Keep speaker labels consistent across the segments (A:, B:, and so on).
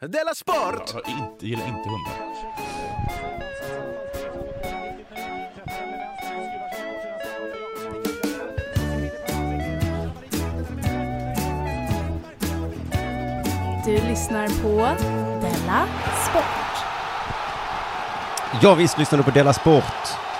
A: Della Sport!
B: Jag har inte, gillar inte hundar.
C: Du lyssnar på Della Sport.
D: Ja, visst lyssnar du på Della Sport.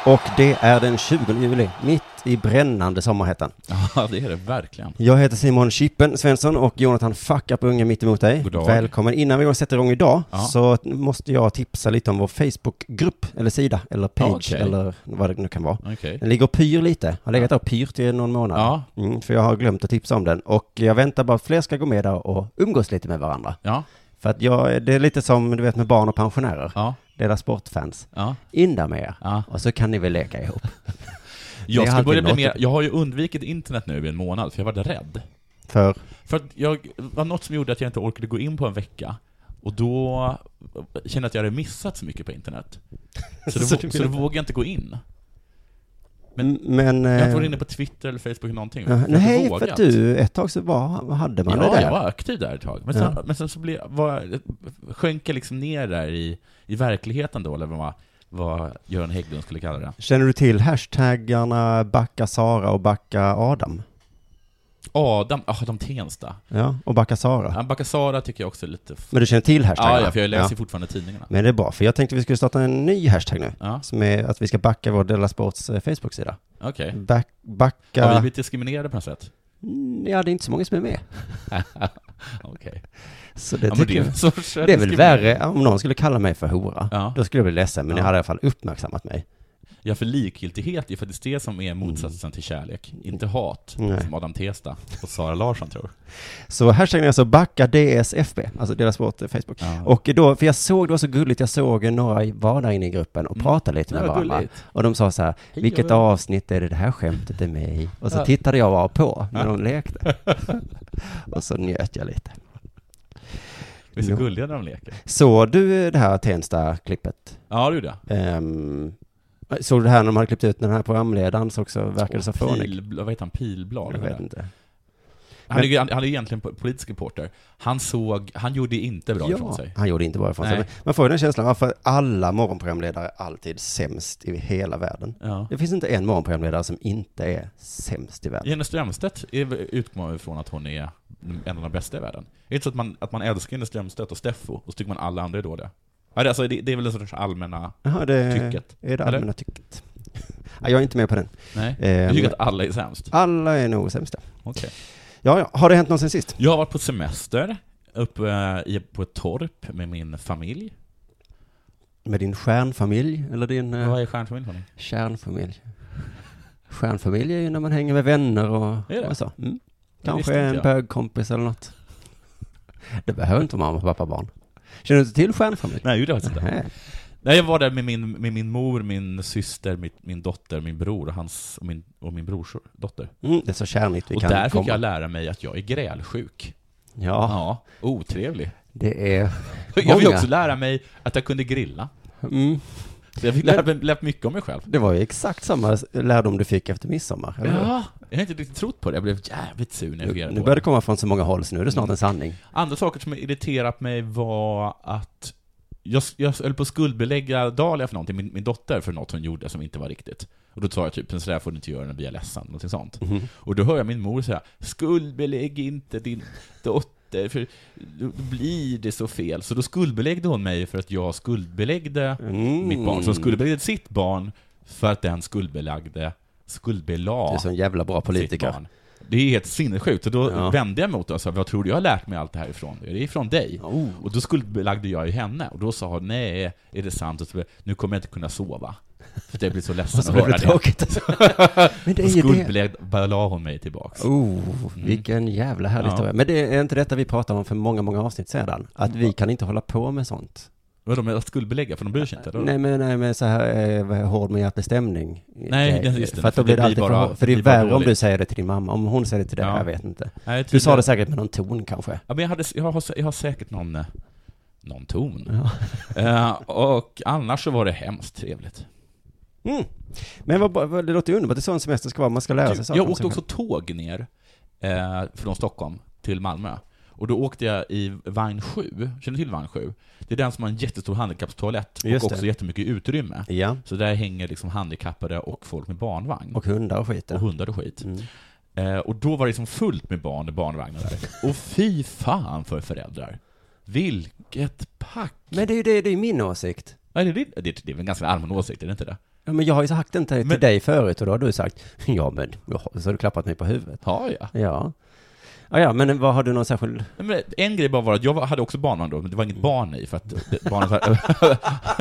D: Och det är den 20 juli, mitt i brännande sommarhettan.
B: Ja, det är det verkligen.
D: Jag heter Simon Chippen Svensson och Jonathan Fuck Up Unge mitt emot dig.
B: God dag.
D: Välkommen. Innan vi går och sätter igång idag
B: Ja.
D: så måste jag tipsa lite om vår Facebookgrupp, eller sida, eller page,
B: Okej.
D: eller vad det nu kan vara.
B: Okej.
D: Den ligger och pyr lite, har legat och pyrt i någon månad.
B: Ja.
D: Mm, för jag har glömt att tipsa om den. Och jag väntar bara att fler ska gå med där och umgås lite med varandra.
B: Ja,
D: För att jag, det är lite som du vet med barn och pensionärer.
B: ja,
D: Deras sportfans.
B: ja.
D: In där med er.
B: Ja.
D: Och så kan ni väl leka ihop.
B: Jag,
D: Det är
B: ska
D: alltid
B: börja bli
D: något.
B: mer, jag har ju undvikit internet nu i en månad, för jag var rädd.
D: För,
B: För att jag, det var något som gjorde att jag inte orkade gå in på en vecka, och då kände jag att jag hade missat så mycket på internet. Så då, så
D: Så du
B: då,
D: vill inte.
B: vågade jag inte gå in.
D: men... men
B: Jag har inte
D: eh,
B: varit inne på Twitter eller Facebook eller någonting.
D: Ja,
B: för jag har inte
D: nej, för
B: vågat.
D: att du, ett tag så var, hade man det
B: Ja,
D: där.
B: jag var aktiv där ett tag. Men sen,
D: Ja.
B: men sen så blev, var, sjönk jag liksom ner där i, i verkligheten då, eller vad, vad Göran Hägglund skulle kalla det.
D: Känner du till hashtaggarna backa Sara och backa Adam?
B: Adam, ah, de Tensta.
D: Ja, och backa Sara.
B: Ja, Bakasara tycker jag också är lite... f- Ah,
D: Men du känner till hashtaggarna?
B: Ja, ja, för jag läser ju fortfarande tidningarna.
D: Men det är bra, för jag tänkte vi skulle starta en ny hashtag nu.
B: Ja,
D: Som är att vi ska backa vår Della Sports eh, Facebook-sida.
B: okej.
D: Back,
B: Har vi
D: backa...
B: blivit diskriminerade på något sätt?
D: Mm, Ja, det är inte så många som är med.
B: Okej.
D: Så det
B: Ja, men
D: tycker
B: det är
D: jag.
B: en sorts
D: Det är väl
B: diskriminering.
D: värre om någon skulle kalla mig för hora.
B: Ja.
D: Då skulle jag bli ledsen, men ni
B: Ja.
D: hade i alla fall uppmärksammat mig.
B: Ja, för likgiltighet är faktiskt det som är motsatsen till kärlek. Inte hat,
D: Nej.
B: som Adam Testa och Sara Larsson tror.
D: Så hashtaggen är alltså backa DSFB, alltså Della Sport eh, Facebook.
B: Ja.
D: Och då, för jag såg, det var så gulligt, jag såg några var där inne i gruppen och
B: Mm.
D: pratade lite
B: Det
D: med
B: var
D: varandra.
B: gulligt.
D: Och de sa så här,
B: Hej,
D: vilket
B: hej."
D: avsnitt är det det här skämtet är med i? Och så
B: Ja.
D: tittade jag bara på när de lekte. och så njöt jag lite.
B: Vi är så
D: Jo.
B: gulliga när de leker.
D: Såg du det här Tensta-klippet?
B: Ja, det gjorde jag.
D: Ehm, såg du det här när de hade klippt ut den här programledaren så också verkade så fånig?
B: Pil, vad heter han? Pilblad?
D: Jag
B: eller vad
D: vet
B: det är.
D: inte.
B: Han, är, ju- han, han är ju egentligen po- politisk reporter. Han såg, han gjorde inte bra ifrån sig.
D: han gjorde inte bra ifrån sig.
B: Nej.
D: Men Man får ju den känslan, varför är alla morgonprogramledare alltid sämst i hela världen?
B: Ja.
D: Det finns inte en morgonprogramledare som inte är sämst i världen.
B: Jenny Strömstedt är- utgår man ifrån att hon är en av de bästa i världen. Det är inte så att man, att man älskar Jenny Strömstedt och Steffo, och så tycker man alla andra är dåliga. Ja, det- Alltså, det, det är väl en sorts allmänna...
D: Jaha, det
B: Tycket.
D: är det
B: Eller?
D: allmänna tycket. Nej, jag är inte med på den.
B: Nej?
D: Ehm,
B: Jag tycker att alla är sämst.
D: Alla är nog sämsta.
B: Okej.
D: Ja, ja. Har det hänt något sen sist?
B: Jag har varit på semester uppe i, på ett torp med min familj.
D: Med din stjärnfamilj? Eller din eh,
B: Vad är stjärnfamilj för någonting?
D: kärnfamilj? Stjärnfamilj är ju när man hänger med vänner och,
B: Är det?
D: och så. Mm.
B: Det
D: Kanske
B: visste inte
D: en
B: jag.
D: bögkompis eller något. Det behöver inte mamma, pappa, och barn. Känner du inte till stjärnfamilj?
B: Nej, det gjorde jag faktiskt inte.
D: Nej.
B: Nej, jag var där med min, med min mor, min syster, min, min dotter, min bror och, hans, och, min, och min brors dotter.
D: Mm, det är så kärnigt vi
B: och
D: kan
B: där fick
D: komma.
B: jag lära mig att jag är grälsjuk.
D: Ja,
B: Ja, otrevlig.
D: det är
B: Jag fick
D: Många.
B: också lära mig att jag kunde grilla.
D: mm,
B: Så jag fick lära mig lärt mycket om mig själv.
D: Det var ju exakt samma lärdom du fick efter midsommar. eller hur?
B: Ja, jag har inte riktigt trott på det. Jag blev jävligt sur när jag fick
D: Nu
B: reda
D: nu
B: på
D: börjar det
B: det.
D: komma från så många håll, så nu är det snart en sanning.
B: Andra saker som irriterat mig var att jag, jag höll på att skuldbelägga Dahlia för någonting, min, min dotter, för något hon gjorde som inte var riktigt. Och då sa jag typ, sådär får du inte göra när vi är ledsen, någonting sånt.
D: Mhm.
B: Och då hör jag min mor säga, skuldbelägg inte din dotter, för då blir det så fel. Så då skuldbeläggde hon mig för att jag skuldbeläggde
D: Mm.
B: mitt barn. Så hon skuldbeläggde sitt barn för att den skuldbelagde, skuldbelade
D: Det är så en jävla bra
B: politiker.
D: politiker.
B: Det är helt sinnessjukt. Och då
D: Ja.
B: vände jag mot och sa, vad tror du jag har lärt mig allt det här ifrån? Det är ifrån dig.
D: Oh.
B: Och då skuldbelagde jag ju henne. Och då sa hon, nej, är det sant? Och så, blev- nu kommer jag inte kunna sova. För jag blir så ledsen
D: Så
B: att
D: blev
B: höra
D: det
B: det.
D: tråkigt. Men det
B: Och
D: är ju det.
B: skuldbelagde hon mig tillbaks.
D: Oh, vilken jävla härlig
B: Ja.
D: historia. Men det är inte detta vi pratade om för många, många avsnitt sedan. Att vi kan inte hålla på med sånt.
B: Vadå, men att skuldbelägga? För de bryr sig inte? Eller?
D: Nej, men, nej, men så här eh, vad- hård med hjärtlig stämning.
B: Nej,
D: Eh,
B: det- just det.
D: För att då blir det alltid
B: bara-
D: för, hårt. för det är
B: det blir bara
D: värre om du
B: dåligt.
D: säger det till din mamma. Om hon säger det till dig,
B: Ja.
D: jag vet inte.
B: Nej,
D: Du sa
B: tydligen-
D: det säkert med någon ton kanske.
B: Ja, men jag, hade, jag, har, jag har säkert någon, eh, någon ton. Eh, och annars så var det hemskt trevligt.
D: Mm. Men vad, vad, det låter ju underbart, det är så en Alltså, semester ska vara, man ska lära sig
B: Du,
D: saker.
B: jag
D: om
B: åkte
D: sig
B: också tåg ner eh, från Stockholm till Malmö. Och då åkte jag i vagn 7, känner du till vagn 7? Det är den som har en jättestor handikappstoalett och
D: Just det.
B: också jättemycket utrymme.
D: Ja.
B: Så där hänger liksom handikappade och folk med barnvagn.
D: Och hundar och skit.
B: Och
D: ja.
B: hundar och skit.
D: Mm.
B: Eh, och då var det liksom fullt med barn i barnvagnar där. Och fy fan för föräldrar. Vilket pack!
D: Men det är ju det, det är ju min åsikt.
B: Nej, det, det, det, det är väl en ganska allmän åsikt, är det inte det?
D: Ja, men jag har ju sagt den till, till
B: Men-
D: dig förut och då har du sagt ja men, ja, så har du klappat mig på huvudet.
B: Har jag?
D: Ja. Ja, ja, men vad har du någon särskild...
B: Nej, Men en grej bara var att jag var- hade också barnvagn då, men det var inget barn i för att det- barnet hade,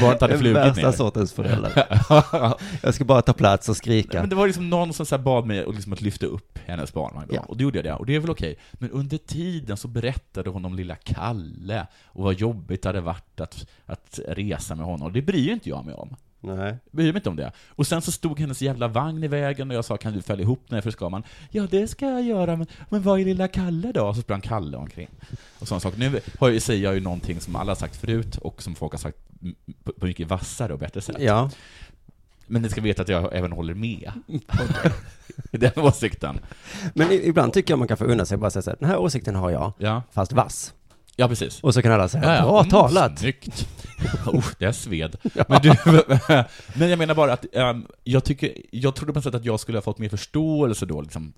B: barnet hade flugit
D: värsta
B: ner.
D: sortens förälder. jag ska bara ta plats och skrika.
B: Men det var liksom någon som så här bad mig att liksom att lyfta upp hennes barnvagn då,
D: Ja.
B: och då gjorde jag det, och det är väl okej. Men under tiden så berättade hon om lilla Kalle, och vad jobbigt det hade varit att, att resa med honom, och det bryr ju inte jag mig om.
D: Nej.
B: bryr mig inte om det. Och sen så stod hennes jävla vagn i vägen och jag sa kan du fälla ihop den här för ska man? Ja det ska jag göra, men, men vad är lilla Kalle då? Och så sprang Kalle omkring. Och sådana saker. Nu har jag, säger jag ju någonting som alla har sagt förut och som folk har sagt m- på, på mycket vassare och bättre sätt.
D: Ja.
B: Men ni ska veta att jag även håller med. I den åsikten.
D: Men i- ibland tycker jag man kan få unna sig bara säga så här, den här åsikten har jag,
B: Ja,
D: fast vass.
B: ja precis.
D: Och så kan alla säga,
B: Ja, ja.
D: bra
B: Mm,
D: talat.
B: Snyggt. Oh, det sved. Men, du, men jag menar bara att ehm, jag, tycker, jag trodde på något sätt att jag skulle ha fått mer förståelse då, liksom,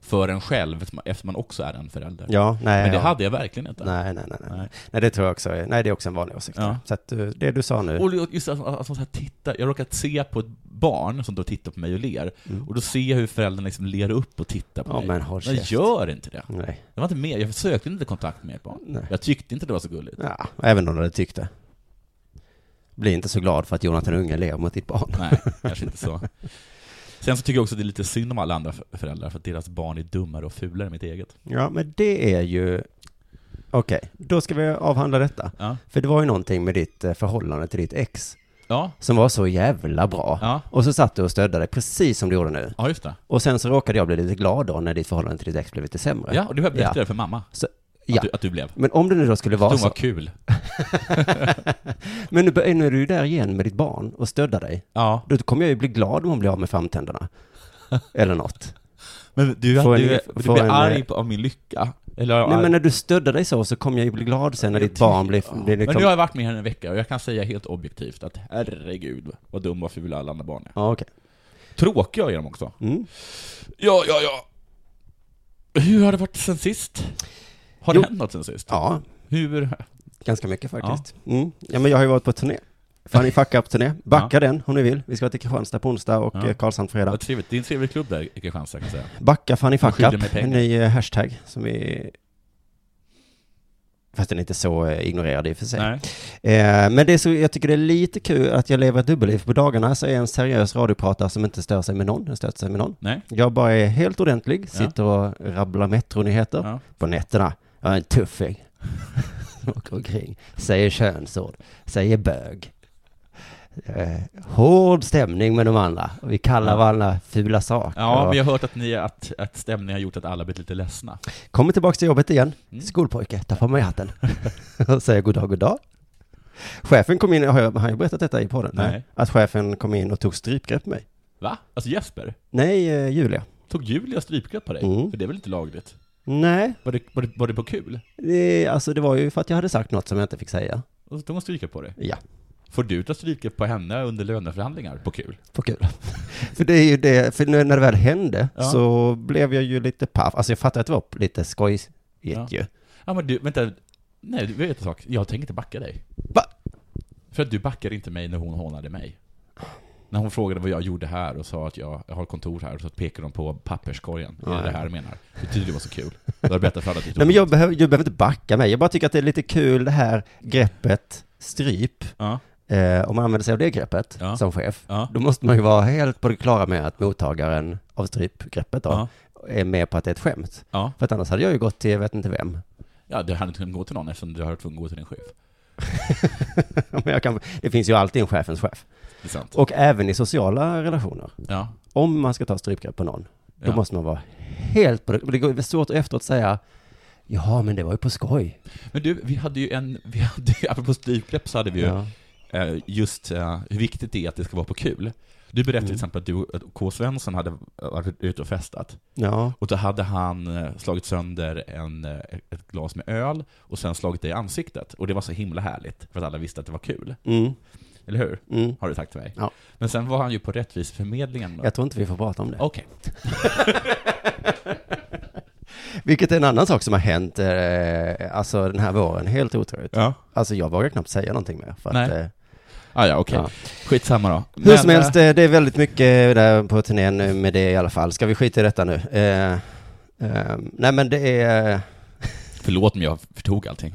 B: för en själv, eftersom- eftersom man också är en förälder.
D: Ja, nej.
B: men det
D: ja.
B: hade jag verkligen inte.
D: Nej, nej, nej, nej.
B: Nej.
D: Nej, det tror jag också. är- Nej, det är också en vanlig åsikt.
B: Ja.
D: Så att eh, det du sa nu.
B: Och just att, att, att så här titta, jag råkat se på ett barn som då tittar på mig och ler, och då ser jag hur föräldrarna liksom ler upp och tittar på
D: Mm. Ja,
B: mig.
D: men håll käft.
B: gör inte det.
D: Nej.
B: Jag var inte med, jag sökte inte kontakt med ett barn.
D: Nej.
B: Jag tyckte inte det var så gulligt.
D: Ja, även om du hade tyckt det. Bli inte så glad för att Jonathan Unge ler mot ditt barn.
B: Nej, kanske inte så. Sen så tycker jag också att det är lite synd om alla andra f- föräldrar, för att deras barn är dummare och fulare än mitt eget.
D: Ja, men det är ju... Okej, då ska vi avhandla detta.
B: Ja,
D: För det var ju någonting med ditt eh, förhållande till ditt ex
B: ja,
D: som var så jävla bra.
B: ja,
D: Och så satt du och stödde dig precis som du gjorde nu.
B: ja just det.
D: Och sen så råkade jag bli lite glad då när ditt förhållande till ditt ex blev lite sämre.
B: Ja, och det var jag berättade för mamma.
D: Så-
B: att,
D: ja.
B: du, att du blev.
D: Men om det nu då skulle vara
B: Hon
D: så.
B: var kul.
D: Men nu, bör- nu är du ju där igen med ditt barn och stödda dig.
B: Ja,
D: Då kommer jag ju bli glad om hon blir av med framtänderna. Eller något.
B: men du,
D: Får en-
B: du,
D: får
B: du blir
D: en,
B: arg på- av min lycka. Eller,
D: Nej
B: arg-
D: men när du stödde dig så, så kommer jag ju bli glad sen när ditt barn blir, blir
B: men
D: liksom...
B: nu har jag varit med henne en vecka och jag kan säga helt objektivt att herregud vad dum och ful alla andra barn är.
D: Ja, okej.
B: Tråkiga är de också.
D: Mm.
B: Ja, ja, ja. Hur har det varit sen sist? Har det
D: Jo.
B: hänt något sen sist?
D: Ja,
B: Hur?
D: Ganska mycket faktiskt. Ja. Mm. ja, men jag har ju varit på turné. Fanny Fuck Up-turné. Backa den om ni vill. Vi ska till Kristianstad på onsdag och
B: Ja.
D: eh, Karlshamn fredag.
B: Vad trevligt. Det är en trevlig klubb där i Kristianstad kan jag säga.
D: Backa Fanny Fuck
B: skyller
D: Up,
B: mig pengar.
D: en ny eh, hashtag som är... Fast den är inte så eh, ignorerad i och för sig.
B: Nej.
D: Eh, men det är så, jag tycker det är lite kul att jag lever ett dubbelliv. På dagarna så är jag en seriös radiopratare som inte stör sig med någon. Jag stör sig med någon.
B: Nej.
D: Jag bara är helt ordentlig,
B: Ja.
D: sitter och rabblar metronyheter
B: Ja.
D: på nätterna. Jag är en tuffing. Åker omkring, säger könsord, säger bög. Eh, hård stämning med de andra. Och vi kallar
B: Ja.
D: varandra fula saker.
B: Ja,
D: och
B: men jag har hört att, ni, att, att stämningen har gjort att alla blivit lite ledsna.
D: Kommer tillbaka till jobbet igen.
B: Mm.
D: Skolpojke, ta på mig hatten. och säger god dag, god dag. Chefen kom in, har jag, har jag berättat detta i podden?
B: Nej.
D: Att chefen kom in och tog strypgrepp på mig.
B: Va? Alltså Jesper?
D: Nej, eh, Julia.
B: Tog Julia strypgrepp på dig?
D: Mm.
B: För det är väl inte lagligt?
D: Nej,
B: Var det, var, det, var det på kul?
D: det, alltså det var ju för att jag hade sagt något som jag inte fick säga.
B: Och så tog hon stryka på dig.
D: Ja.
B: Får du ta strypgrepp på henne under löneförhandlingar? På kul?
D: på kul. för det är ju det, för nu när det väl hände
B: Ja.
D: så blev jag ju lite paff. Alltså jag fattade att det var lite skojigt
B: Ja.
D: ju.
B: Ja, men du, vänta. Nej, du vet en sak. Jag tänker inte backa dig.
D: Va?
B: För att du backade inte mig när hon hånade mig. När hon frågade vad jag gjorde här och sa att jag, jag har kontor här, och så pekade hon på papperskorgen. Är det
D: Nej.
B: det här du menar? Det tydligen var så kul. Du har berättat för alla ditt
D: Nej men jag behöver, jag behöver inte backa mig. Jag bara tycker att det är lite kul det här greppet stryp.
B: Ja,
D: Eh, om man använder sig av det greppet
B: Ja.
D: som chef,
B: ja,
D: då måste man ju vara helt på det klara med att mottagaren av strypgreppet då
B: ja.
D: är med på att det är ett skämt.
B: ja.
D: För att annars hade jag ju gått till jag vet inte vem.
B: Ja, du hade inte kunnat gå till någon eftersom du har varit tvungen att gå till din chef.
D: men jag kan, det finns ju alltid en chefens chef.
B: Det är sant.
D: Och även i sociala relationer.
B: Ja.
D: om man ska ta strypgrepp på någon, då
B: Ja.
D: måste man vara helt på det. Det går- det är svårt att efteråt säga, ja men det var ju på skoj.
B: Men du, vi hade ju en, vi hade ju, apropå strypgrepp så hade vi ju
D: Ja.
B: eh, just eh, hur viktigt det är att det ska vara på kul. Du berättade till
D: Mm.
B: exempel att du att K. Svensson hade varit ute och festat.
D: Ja,
B: Och då hade han eh, slagit sönder en, eh, ett glas med öl och sen slagit det i ansiktet. Och det var så himla härligt, för att alla visste att det var kul.
D: mm,
B: Eller hur?
D: mm.
B: Har du sagt till mig.
D: Ja.
B: Men sen var han ju på Rättviseförmedlingen.
D: Jag tror inte vi får prata om det.
B: Okej.
D: Vilket är en annan sak som har hänt, eh, alltså den här våren, helt otroligt.
B: Ja.
D: Alltså jag vågar knappt säga någonting mer. För
B: Nej.
D: att, eh,
B: Ah, ja, okej.
D: Ja.
B: Skitsamma då.
D: hur som helst, eh, det är väldigt mycket där på turnén nu med det i alla fall. Ska vi skita i detta nu? Eh, eh, nej men det är...
B: Förlåt om jag förtog allting.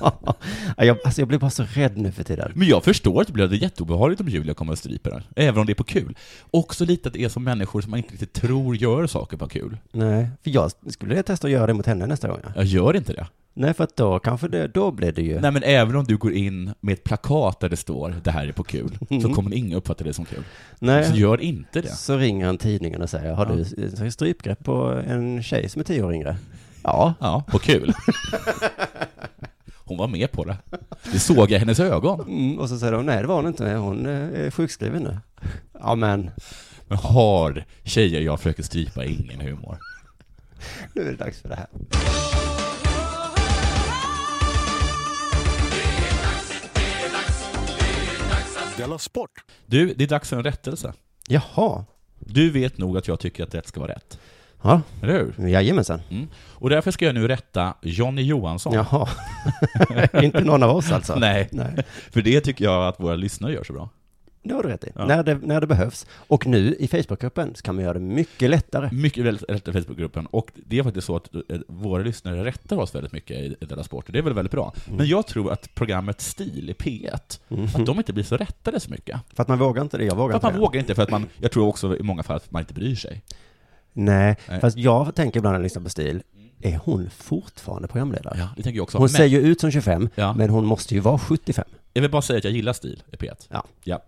D: ja, jag, alltså jag blir bara så rädd nu för tiden.
B: Men jag förstår att det blev jätteobehagligt om Julia kommer och stryper den. Även om det är på kul. Också lite att det är som människor som man inte riktigt tror gör saker på kul.
D: Nej, för jag skulle vilja testa att göra det mot henne nästa gång. Ja.
B: Jag gör inte det.
D: Nej, för att då kanske det, då blir det ju...
B: Nej men även om du går in med ett plakat där det står ”Det här är på kul”, så kommer ingen uppfatta det som kul. Så
D: Nej.
B: gör inte det.
D: Så ringer han tidningen och säger, har
B: Ja.
D: du eh, strypgrepp på en tjej som är tio år yngre? Ja.
B: Ja, på kul. Hon var med på det. Det såg jag i hennes ögon.
D: Mm, och så säger de, nej det var hon inte, hon eh, är sjukskriven nu. Ja men,
B: Men har tjejer jag försöker strypa ingen humor?
D: nu är det dags för det här.
A: Della Sport!
B: Du, det är dags för en rättelse.
D: Jaha,
B: Du vet nog att jag tycker att rätt ska vara rätt.
D: ja,
B: Eller hur?
D: jajamensan.
B: Mm. Och därför ska jag nu rätta Jonny Johansson.
D: Jaha, inte någon av oss alltså.
B: Nej,
D: Nej,
B: för det tycker jag att våra lyssnare gör så bra.
D: det har du rätt i.
B: Ja.
D: När, det, när det behövs. Och nu i Facebookgruppen så kan man göra det mycket lättare.
B: Mycket väl rätt i Facebookgruppen, och det är faktiskt så att eh, våra lyssnare rättar oss väldigt mycket i i Della Sport, och det är väl väldigt bra.
D: Mm.
B: Men jag tror att programmet Stil i P1, Mm. att de inte blir så rättade så mycket.
D: Mhm. För att man vågar inte det, Mm.
B: För
D: jag vågar
B: att
D: inte
B: man
D: det.
B: vågar inte, för att man, jag tror också i många fall att man inte bryr sig.
D: Nej,
B: Nej.
D: fast jag tänker ibland när jag lyssnar på Stil, är hon fortfarande programledare?
B: Ja, det tänker jag också.
D: Hon
B: Men
D: ser ju ut som 25,
B: Ja.
D: men hon måste ju vara 75.
B: jag vill bara säga att jag gillar Stil i P1.
D: Ja.
B: ja.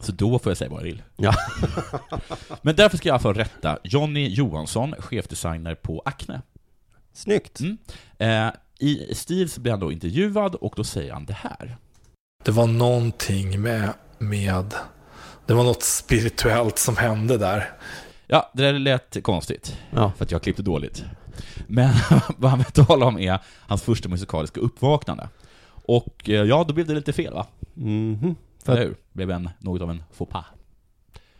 B: Så då får jag säga vad jag vill.
D: Ja.
B: Men därför ska jag alltså rätta Jonny Johansson, chefdesigner på Acne.
D: Snyggt.
B: Mm. Eh, I Stils blir han då intervjuad och då säger han det här.
E: Det var någonting med, med... Det var något spirituellt som hände där.
B: Ja, det där lät konstigt,
D: Ja.
B: för att jag klippte dåligt. Men vad han vill tala om är hans första musikaliska uppvaknande. Och eh, ja, då blev det lite fel va?
D: Mhm. För-
B: Eller hur? Blev en, något av en faux pas.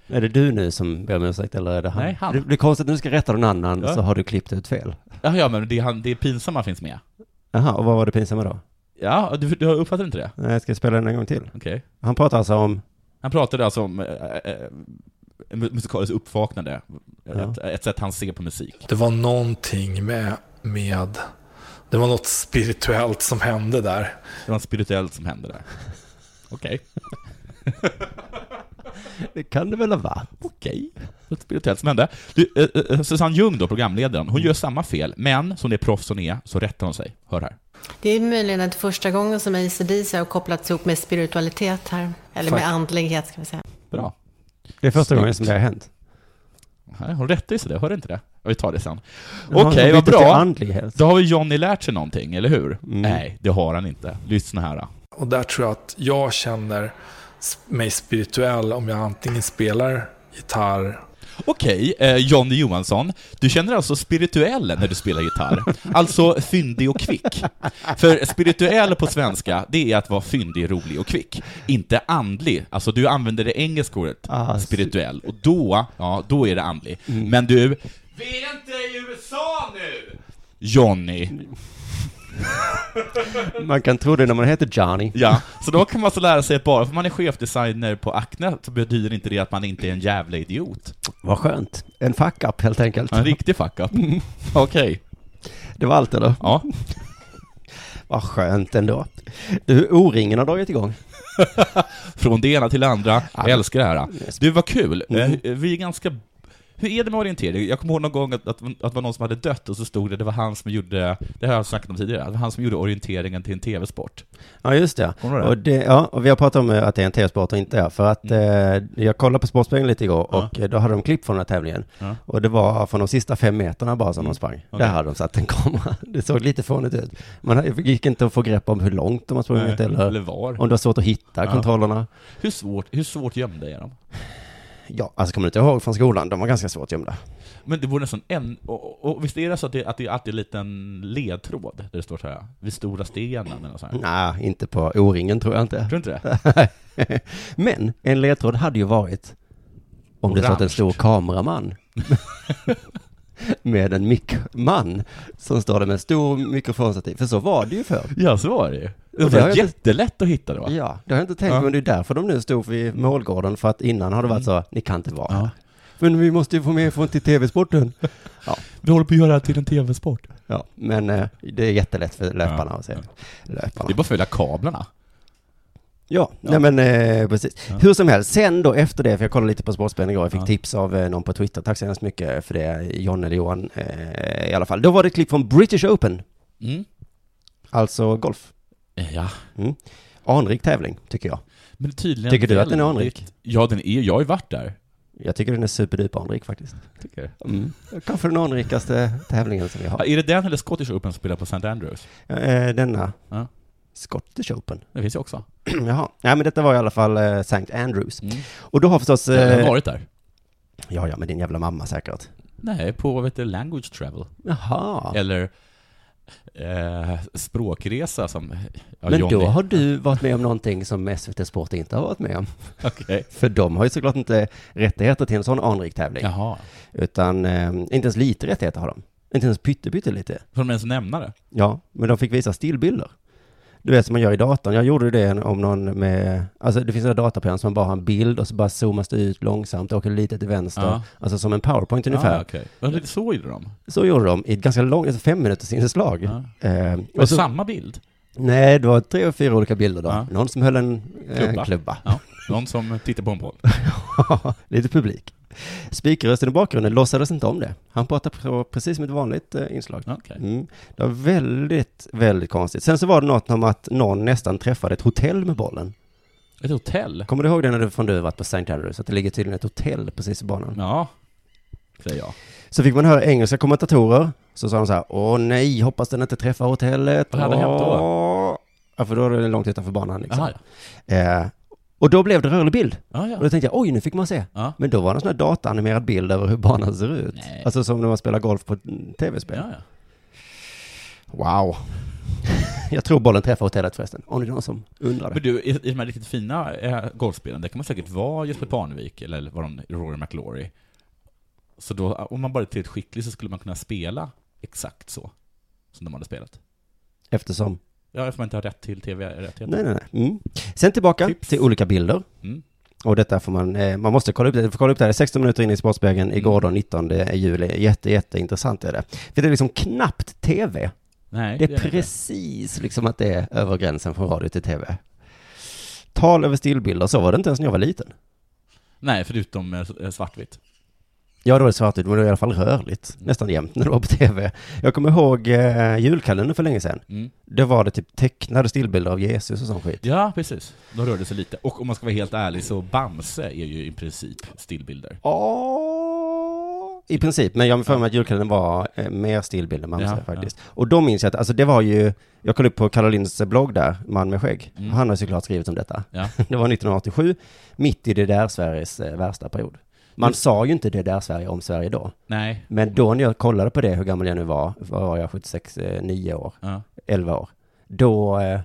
D: Är det du nu som ber om ursäkt eller är det han?
B: Nej, han.
D: Det blir konstigt när du ska rätta någon annan
B: Ja.
D: så har du klippt ut fel.
B: Ja, ja men det, han, det pinsamma finns med.
D: Jaha, och vad var det pinsamma då?
B: Ja, du, du uppfattar inte det?
D: Nej, jag ska spela den en gång till.
B: Okej.
D: Han pratar alltså om,
B: Han pratade alltså om eh, eh, en musikaliskt uppvaknande,
D: Ja.
B: ett, ett sätt han ser på musik.
E: Det var någonting med, med... Det var något spirituellt som hände där.
B: Det var något spirituellt som hände där. Okej.
D: det kan det väl ha varit?
B: Okej, något spirituellt som hände. Du, eh, eh, Susanne Ljung då, programledaren, hon gör samma fel, men som det proffs hon är, så rättar hon sig. Hör här.
F: Det är möjligen att första gången som ACDC har kopplats ihop med spiritualitet här. Eller med
D: Fuck.
F: andlighet ska vi säga.
B: Bra.
D: Det är första
B: Snyggt.
D: gången som det har hänt.
B: Nej, Hon rättade sig det, hör du inte det? Vi tar det sen.
D: Han har
B: Okej, vad
D: bytt till
B: bra.
D: andlighet.
B: Då har väl Johnny lärt sig någonting, eller hur? Nej, det har han inte. Lyssna här. Då.
E: Och där tror jag att jag känner s- mig spirituell om jag antingen spelar gitarr
B: Okej, eh, Johnny Johansson, du känner alltså spirituell när du spelar gitarr? Alltså fyndig och kvick? För spirituell på svenska, det är att vara fyndig, rolig och kvick. Inte andlig. Alltså du använder det engelska ordet
D: Ah,
B: spirituell, och då, ja, då är det andlig. Men du... Vi är inte i USA nu! Johnny.
D: Man kan tro det när man heter Johnny.
B: Ja, så då kan man så lära sig att bara för man är chefdesigner på Acne så betyder inte det att man inte är en jävla idiot.
D: Vad skönt. En fuck up helt enkelt.
B: En riktig fuck-up. Okej.
D: Det var allt eller?
B: Ja.
D: Vad skönt ändå. Du, O-ringen har dragit igång.
B: Från det ena till det andra. Jag älskar det här. Du, vad kul.
D: Mm.
B: Eh, Vi är ganska hur är det med orientering? Jag kommer ihåg någon gång att, att, att det var någon som hade dött och så stod det, det var han som gjorde, det har jag snackat om tidigare, att det var han som gjorde orienteringen till en tv-sport.
D: Ja, just det.
B: Kommer du ihåg
D: Och det, ja, och vi har pratat om eh, att det är en tv-sport och inte är. För att eh, jag kollade på Sportspegeln lite igår
B: Ja.
D: och eh, då hade de klipp från den här tävlingen.
B: Ja.
D: Och det var från de sista fem meterna bara som de sprang.
B: Okej.
D: Där hade de satt en kamera. Det såg lite fånigt ut. Man gick inte att få grepp om hur långt de har sprungit eller
B: Eller var.
D: om det var svårt att hitta
B: Ja.
D: kontrollerna.
B: Hur svårt, hur svårt gömda är de?
D: Ja, alltså kommer du inte ihåg från skolan? De var ganska svårt gömda.
B: Men det vore nästan en... Och, och, och visst är det så att det, att det alltid är en liten ledtråd där det står så här vid stora stenen eller så här?
D: Nej, inte på O-ringen tror jag inte.
B: Tror du inte det?
D: Men en ledtråd hade ju varit om det
B: Orange.
D: satt en stor kameraman. med en mickman som står där med en stor mikrofonstativ. För så var det ju förr.
B: Ja, så var det ju. Det
D: Och det har
B: var
D: jag inte-
B: jättelätt att hitta det va?
D: Ja, det har jag inte tänkt
B: Ja.
D: men det är därför de nu stod vid målgården. För att innan har det varit så, ni kan inte vara här.
B: Ja.
D: Men vi måste ju få med folk till tv-sporten.
B: Vi håller på att göra det här till en tv-sport.
D: Ja, men eh, det är jättelätt för löparna att se. Löparna.
B: Det är bara att följa kablarna.
D: Ja, Nej, men eh, precis. Hur som helst, sen då efter det, för jag kollade lite på Sportspelaren igår, jag fick
B: Ja.
D: tips av eh, någon på Twitter, tack så hemskt mycket för det, John eller Johan eh, i alla fall. Då var det ett klipp från British Open,
B: Mm.
D: alltså golf.
B: Ja.
D: Anrik tävling, tycker jag.
B: Men tydligen...
D: Tycker du att den är
B: väldigt-
D: anrik?
B: Ja, den är Jag har ju varit där.
D: Jag tycker den är superduper anrik faktiskt.
B: Tycker.
D: Mm. Kanske den anrikaste tävlingen som vi har.
B: Ja, är det den eller Scottish Open som spelar på St. Andrews?
D: Eh, denna.
B: Ja.
D: Scottish Open.
B: Det finns ju också.
D: Jaha. Nej, men detta var i alla fall eh, St. Andrews.
B: Mm.
D: Och då har förstås...
B: Jag har
D: Eh,
B: varit där.
D: ja, ja, men din jävla mamma säkert.
B: Nej, på vad heter det, Language Travel.
D: Jaha.
B: Eller eh, språkresa som... Ja,
D: Men
B: Johnny.
D: då har du varit med om någonting som SVT Sport inte har varit med om.
B: Okej.
D: För de har ju såklart inte rättigheter till en sån anrik tävling.
B: Jaha.
D: Utan eh, inte ens lite rättigheter har de. Inte ens pytte, pytte lite.
B: Får de ens nämna det?
D: Ja, men de fick visa stillbilder. Du vet som man gör i datorn. Jag gjorde det om någon med, alltså det finns några dataprogram som man bara har en bild och så bara zoomas det ut långsamt, åker lite till vänster.
B: Ja.
D: Alltså som en powerpoint ungefär.
B: Ah, okej. Ja, det- Så gjorde de.
D: Så gjorde de i ett ganska långt, alltså fem minuters inslag.
B: Ja.
D: Eh,
B: Men
D: och så,
B: samma bild?
D: nej, det var tre, fyra olika bilder då.
B: Ja.
D: Någon som höll en eh,
B: Klubba.
D: klubba.
B: Ja. Någon som tittar på en boll.
D: lite publik. Speakerrösten i bakgrunden låtsades inte om det. Han pratade på precis som ett vanligt eh, inslag.
B: Okej.
D: Mm. Det var väldigt, väldigt konstigt. Sen så var det något om att någon nästan träffade ett hotell med bollen.
B: Ett hotell?
D: Kommer du ihåg det när du från du varit på St. Andrews? Att det ligger tydligen ett hotell precis i banan.
B: Ja, säger jag.
D: Så fick man höra engelska kommentatorer. Så sa de så här, åh nej, hoppas den inte träffar hotellet.
B: Vad hade hänt då?
D: Åh. Ja, för då är det långt utanför banan liksom.
B: Jaha, ja.
D: Eh, och då blev det rörlig bild.
B: Ja,
D: Och då
B: ja.
D: tänkte jag, oj, nu fick man se.
B: Ja.
D: Men då var det en sån här dataanimerad bild över hur banan ser ut.
B: Nej.
D: Alltså som när man spelar golf på mm, tv-spel.
B: Ja, ja.
D: Wow. jag tror bollen träffar hotellet förresten, om det är någon som undrar det.
B: Men du, i, i de här riktigt fina eh, golfspelen, där kan man säkert vara Jesper Parnevik eller var de Rory McIlroy. Så då, ah, om man bara är tillräckligt skicklig så skulle man kunna spela exakt så som de hade spelat.
D: Eftersom...
B: Ja, eftersom man inte har rätt till tv-rättigheter.
D: Nej, nej, nej. Mm. Sen tillbaka
B: Tips.
D: till olika bilder.
B: Mm.
D: Och detta får man, eh, man måste kolla upp det, du får kolla upp det här, 16 minuter in i Sportspegeln
B: Mm.
D: igår då, 19 juli. Jätte, jätteintressant är det. För det är liksom knappt tv.
B: Nej,
D: Det
B: det
D: är
B: är det inte.
D: precis liksom att det är över gränsen från radio till tv. Tal över stillbilder, så var det inte ens när jag var liten.
B: Nej, förutom eh, s- eh, svartvitt.
D: Ja, då var det svartvitt, men det var i alla fall rörligt. Nästan jämt när det var på tv. Jag kommer ihåg eh, julkalendern för länge sedan.
B: Mm.
D: Det var det typ tecknade stillbilder av Jesus och sån skit.
B: Ja, precis. De rörde sig lite. Och om man ska vara helt ärlig så Bamse är ju i princip stillbilder.
D: Ja, I princip, men jag har för mig att julkalendern var eh, mer stillbilder man
B: Ja,
D: säger faktiskt. Och då minns jag att, alltså det var ju, jag kollade upp på Karolins blogg där, Man med skägg.
B: Mm.
D: Han har såklart skrivit om detta.
B: Ja.
D: Det var 1987, mitt i det där Sveriges eh, värsta period. Man
B: Mm.
D: sa ju inte det där Sverige om Sverige då.
B: Nej.
D: Men då när jag kollade på det, hur gammal jag nu var, var jag 76, eh, 9 år,
B: Ja.
D: 11 år. Då eh,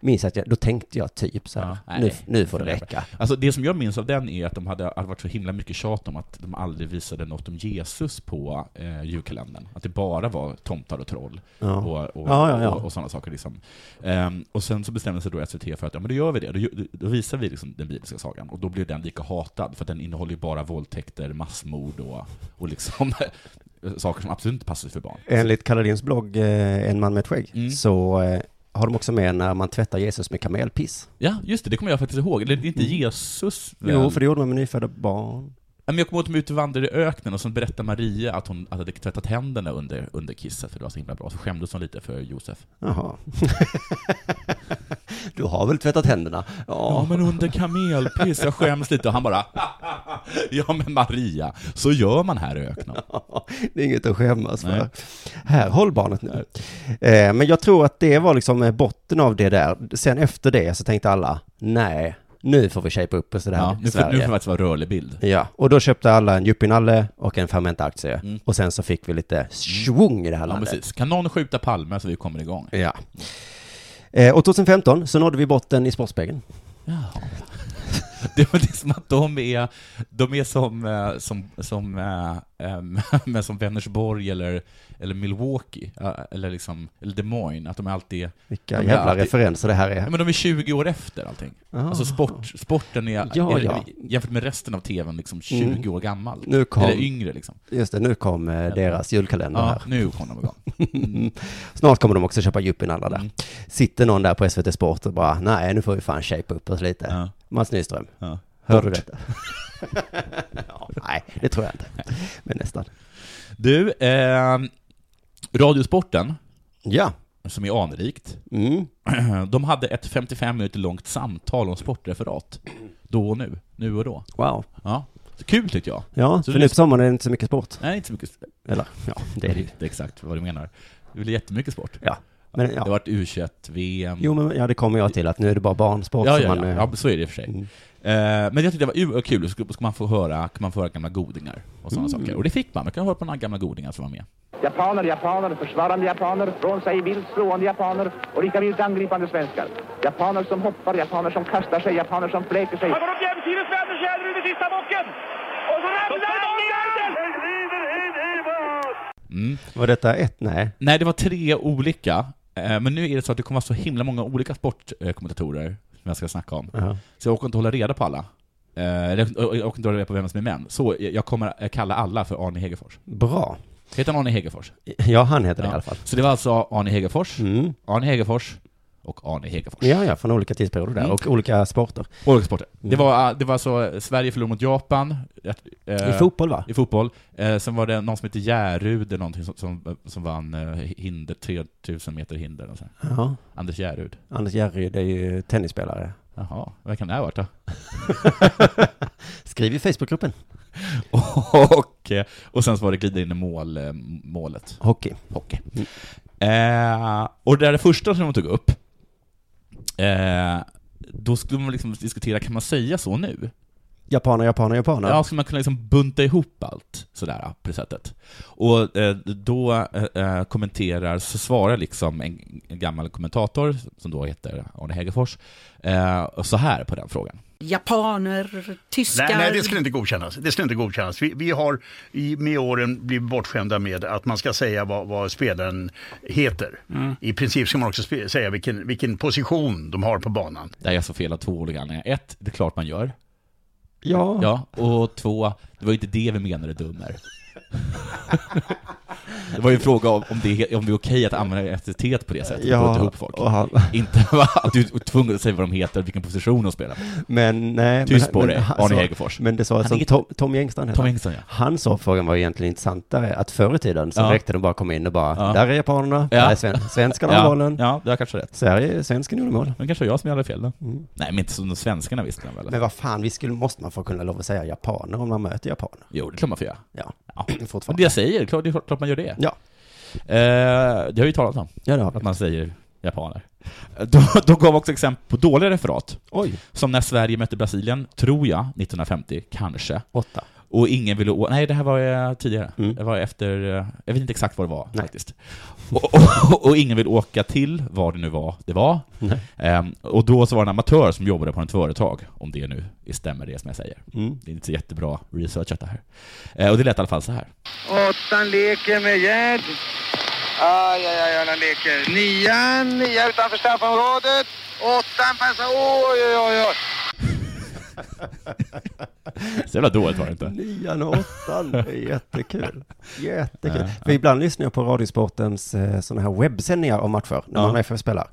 D: minns jag att jag, då tänkte jag typ så här,
B: Ja, nej.
D: nu, nu får det räcka.
B: Alltså det som jag minns av den är att de hade, hade varit så himla mycket tjat om att de aldrig visade något om Jesus på eh, julkalendern. Att det bara var tomtar och troll
D: Ja.
B: och, och,
D: Ja, ja, ja.
B: och, och sådana saker. Liksom. Ehm, och sen så bestämde sig då SVT för att ja, men då gör vi det. Då, ju- då visar vi liksom den bibliska sagan. Och då blev den lika hatad, för att den innehåller ju bara våldtäkter, massmord och, och liksom saker som absolut inte passar för barn.
D: Enligt Kaladins blogg eh, En man med ett skägg
B: Mm.
D: så eh, har de också med när man tvättar Jesus med kamelpiss.
B: Mm. Ja, just det, det kommer jag faktiskt ihåg. Eller det är inte Jesus väl?
D: Jo, för det gjorde man med nyfödda barn.
B: Ja, men Jag kommer ihåg att de är ute och vandrar i öknen och sen berättar Maria att hon hade tvättat händerna under, under kisset för det var så himla bra. Så skämdes hon lite för Josef.
D: Jaha. du har väl tvättat händerna?
B: Ja,
D: Ja.
B: men under kamelpiss, jag skäms lite. Och han bara, ja men Maria, så gör man här i öknen.
D: Det är inget att skämmas för.
B: Nej.
D: Här, håll barnet nu. Eh, men jag tror att det var liksom eh, botten av det där. Sen efter det så tänkte alla, nej, nu får vi shapea upp oss i det här
B: Ja,
D: i
B: nu får, nu
D: Sverige.
B: får det faktiskt vara rörlig bild.
D: Ja, och då köpte alla en yuppienalle och en fermentaktie. Och sen så fick vi lite svung i det här
B: Mm. Ja,
D: landet.
B: precis. Kan någon skjuta Palme så vi kommer igång?
D: Ja. Eh, och 2015 så nådde vi botten i Sportspegeln.
B: Ja. Det var liksom att de är, de är som, eh, som, som, eh, em, men som Vänersborg eller, eller Milwaukee, eh, eller liksom, eller Des Moines, att de är alltid,
D: Vilka
B: Ja, men
D: jävla
B: alltid-
D: referenser det här
B: ja,
D: är.
B: men de är 20 år efter allting.
D: Ah.
B: Alltså sport, sporten är,
D: Ja,
B: är
D: ja.
B: jämfört med resten av TVn, liksom 20
D: Mm.
B: år gammal.
D: Nu kom-
B: Eller yngre liksom.
D: Just det, nu kom eh, deras julkalender
B: Ja,
D: här.
B: nu kom de igång.
D: Snart kommer de också köpa yuppienalle där.
B: Mm.
D: Sitter någon där på SVT Sport och bara, nej, nu får vi fan shapea upp oss lite.
B: Ja,
D: Mats Nyström,
B: ja.
D: hörde du detta? ja, nej, det tror jag inte. Men nästan.
B: Du, eh, Radiosporten,
D: Ja.
B: som är anrikt,
D: Mm.
B: De hade ett 55 minuter långt samtal om sportreferat. Då och nu. Nu och då.
D: Wow.
B: Ja. Så kul tyckte jag.
D: Ja,
B: Så
D: för
B: det-
D: nu på sommaren är det inte så mycket sport.
B: Nej, inte så mycket.
D: Eller, ja, det
B: Det
D: är
B: är
D: det ju.
B: inte exakt vad du menar. Det är väl jättemycket sport.
D: Ja. Men,
B: Det har
D: ja.
B: varit U21-VM.
D: Jo, men ja, det kommer jag till att nu är det bara barnsport
B: ja,
D: som
B: ja, ja.
D: man... eh,
B: ja, så är det i och för sig.
D: Mm.
B: Eh, Men jag tyckte det var u- vad kul, så ska man få höra, kan man få höra gamla godingar och
D: Mm.
B: sådana saker. Och det fick man, man kan höra på några gamla godingar som var med.
G: Japaner, japaner, försvarande japaner, från sig vilt slående japaner och lika vilt angripande svenskar. Japaner som hoppar, japaner som kastar sig, japaner som fläker sig.
H: Han går upp jämsides med Anders Kjellrud i sista bocken! Och så ramlar han ner!
D: Var detta ett? Nej.
B: Nej, det var tre olika, eh, men nu är det så att det kommer vara så himla många olika sportkommentatorer som jag ska snacka om.
D: Jaha.
B: Så jag orkar inte hålla reda på alla. Eh, eller jag orkar inte hålla reda på vem som är vem. Så jag jag kommer eh, kalla alla för Arne Hegerfors.
D: Bra.
B: Heter han Arne Hegerfors?
D: Ja, han heter det i alla fall.
B: Så det var alltså Arne Hegerfors,
D: Mm.
B: Arne Hegerfors och Arne Hegerfors.
D: Ja, ja, från olika tidsperioder där
B: Mm.
D: och olika sporter.
B: Olika sporter.
D: Mm.
B: Det, var, det var alltså Sverige förlorade mot Japan. eh,
D: I fotboll va?
B: I fotboll. Eh, sen var det någon som hette Järud eller någonting som, som, som vann eh, hinder, 3000 meter hinder. Och så här.
D: Ja.
B: Anders Järud.
D: Anders Järryd är ju tennisspelare.
B: Jaha, vad kan det här ha varit då?
D: Skriv i Facebookgruppen.
B: och, eh, och sen så var det glida in i mål, eh, målet.
D: Hockey.
B: hockey.
D: Mm.
B: Eh, och det där första som de tog upp, eh, då skulle man liksom diskutera, kan man säga så nu?
D: Japaner, japaner, japaner.
B: Ja, skulle man kunna liksom bunta ihop allt sådär på det sättet? Och eh, då eh, eh, kommenterar, så svarar liksom en, en gammal kommentator, som då heter Arne Hegerfors, eh, så här på den frågan.
I: japaner, tyskar.
J: Nej, nej, det skulle inte godkännas. Det skulle inte godkännas. Vi, vi har i, med åren blivit bortskämda med att man ska säga vad, vad spelaren heter. I princip ska man också spe, säga vilken, vilken position de har på banan.
B: Där är jag så fel av två olika anledningar. Ett, det är klart man gör.
D: ja.
B: Ja, och två, det var ju inte det vi menade dummer. Det var ju en fråga om, om, det, om det är okej att använda etnicitet på det sättet,
D: Ja,
B: och bunta ihop folk.
D: och han-
B: Inte va, att du är tvungen att säga vad de heter, vilken position de spelar.
D: Men nej.
B: Tyst på
D: men,
B: dig,
D: han
B: Arne
D: sa-
B: Hegerfors.
D: Men det sa
B: Han
D: som
B: är-
D: Tom, Tom Gängstrand heter
B: Tom
D: han.
B: Engström, ja.
D: Han sa frågan var egentligen intressantare, att förr i tiden så
B: Ja.
D: räckte de bara komma in och bara,
B: Ja.
D: där är japanerna,
B: Ja.
D: där är sven- svenskarna har
B: Ja,
D: bollen,
B: ja, det har kanske rätt.
D: Sverige, svensken gjorde mål.
B: Men kanske jag som hade fel då. Nej, men inte som de svenskarna visste de väl?
D: Men vad fan, vi skulle, måste man få kunna lov att säga japaner om man möter japaner?
B: Jo, det är klart man får göra.
D: Ja,
B: Ja. Men det
D: fortfarande.
B: jag säger, det är klart, det är klart man gör det.
D: Ja,
B: Eh, det har vi talat om,
D: ja det har vi.
B: att man säger japaner. De, de gav också exempel på dåliga referat,
D: Oj,
B: som när Sverige mötte Brasilien, tror jag, 1950, kanske.
D: åtta.
B: Och ingen ville å- Nej, det här var eh, tidigare.
D: Mm.
B: Det var efter... eh, Jag vet inte exakt vad det var
D: Nej.
B: faktiskt. Och, och, och ingen vill åka till var det nu var det var. Ehm, och då så var det en amatör som jobbade på ett företag, om det nu stämmer det som jag säger.
D: Mm.
B: Det är inte så jättebra researchat det här. Eh, och det lät i alla fall så här.
H: Åttan leker med Gerd. Aj, aj, aj, han leker. Nian, nia utanför straffområdet. Åttan passar. Oj, oj, oj, oj.
B: Så jävla dåligt var det inte.
D: Nian och åttan, det är jättekul. Jättekul. För ibland lyssnar jag på Radiosportens sådana här eh, webbsändningar av matcher, när
B: Ja.
D: man är spelar.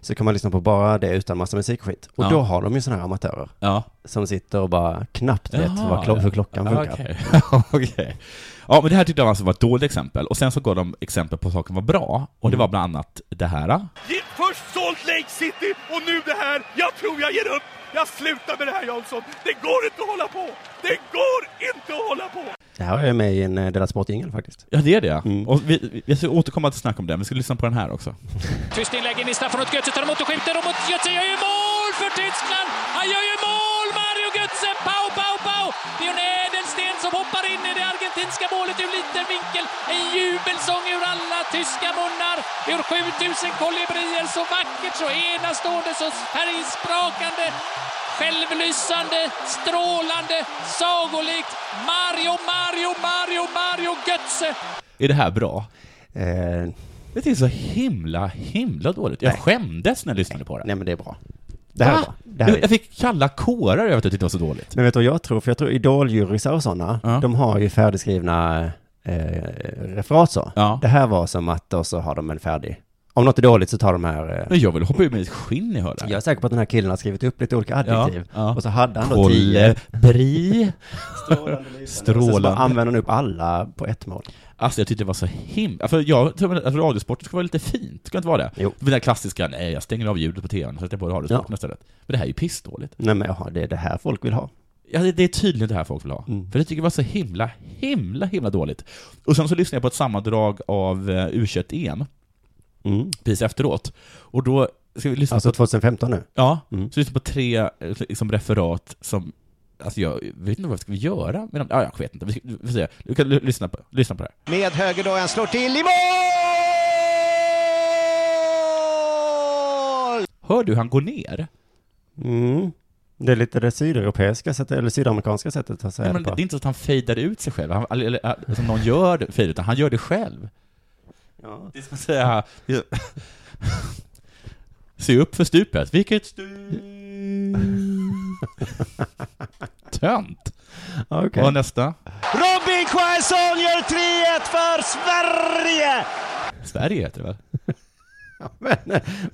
D: Så kan man lyssna på bara det utan massa musikskit. Och
B: Ja.
D: då har de ju sådana här amatörer.
B: Ja.
D: Som sitter och bara knappt vet
B: Jaha,
D: vad klo-
B: ja.
D: hur klockan
B: Ja,
D: funkar.
B: okej. Ja, okej. Ja, men det här tyckte jag alltså var ett dåligt exempel. Och sen så gav de exempel på saker som var bra. Och det
D: Mm.
B: var bland annat det här.
K: Ge- Först Salt Lake City och nu det här. Jag tror jag ger upp. Jag slutar med det här Jansson. Det går inte att hålla på. Det går inte att hålla på.
D: Det här är med i en eh, Delat Sport-jingel faktiskt.
B: Ja, det är det.
D: Mm.
B: Och vi, vi- jag ska återkomma till snack om det, men vi ska lyssna på den här också.
L: Tyst inlägg in i Staffanot. Götze tar emot och skjuter och mot Götze gör ju mål för Tyskland! Han gör ju mål, Mario Götze! Pau, pau, pau! Det är en ädelsten som hoppar in i det argentinska målet ur liten vinkel. En jubelsång ur alla tyska munnar. Ur 7000 kolibrier. Så vackert, så enastående, så färgsprakande. Självlysande, strålande, sagolikt. Mario, Mario, Mario, Mario Götze!
B: Är det här bra?
D: Eh,
B: Det är så himla, himla dåligt. Jag skämdes när jag lyssnade på det. Ah!
D: Nej, men det är bra. Det här är bra. Det här är-
B: jag, jag fick kalla kårar över att jag tyckte det var så dåligt.
D: Men vet du vad jag tror? För jag tror idoljurysar och sådana, de har ju färdigskrivna eh, referat så. Det här var som att, och så har de en färdig. Om något är dåligt så tar de här... Eh,
B: Men jag vill hoppa ur mig ett skinn i hörde.
D: jag är säker på att den här killen har skrivit upp lite olika
B: Ja,
D: adjektiv.
B: ja.
D: Och så hade han då
B: Kolle-
D: tio.
B: bri.
D: Strålande lysande. Och så bara
B: Strålande.
D: använder han upp alla på ett mål.
B: Alltså jag tyckte det var så himla... För jag tror att radiosporten ska vara lite fint, ska det inte vara det? Jo. Den där klassiska, nej jag stänger av ljudet på tvn och sätter på radiosporten istället. Men det här är ju pissdåligt.
D: Nej men jaha, det är det här folk vill ha. Alltså
B: Ja, det, det är tydligen det här folk vill ha. För jag tycker det var så himla, himla, himla dåligt. Och sen så lyssnade jag på ett sammandrag av eh, U21-EM, precis efteråt. Och då ska vi lyssna
D: Alltså
B: på...
D: 2015 nu.
B: Ja, så lyssnar på tre eh, liksom, referat som... Alltså jag vet inte vad ska vi göra med dem? Ja, jag vet inte. Vi, ska- vi får se. Du kan l- lyssna på, lyssna på det här.
M: Med höger då, han slår till i mål!
B: Hör du, han går ner.
D: Mm. Det är lite det sydeuropeiska sättet, eller sydamerikanska sättet att säga
B: Nej, men
D: det på.
B: det är inte så att han fejdar ut sig själv, han, eller, eller, äh, som någon gör det, fejdar, utan han gör det själv. Det är som att säga... Se upp för stupet, vilket stup... Tönt!
D: Okej.
B: Och nästa?
M: Robin Quaison gör 3-1 för Sverige!
B: Sverige heter det väl?
D: eh, Vad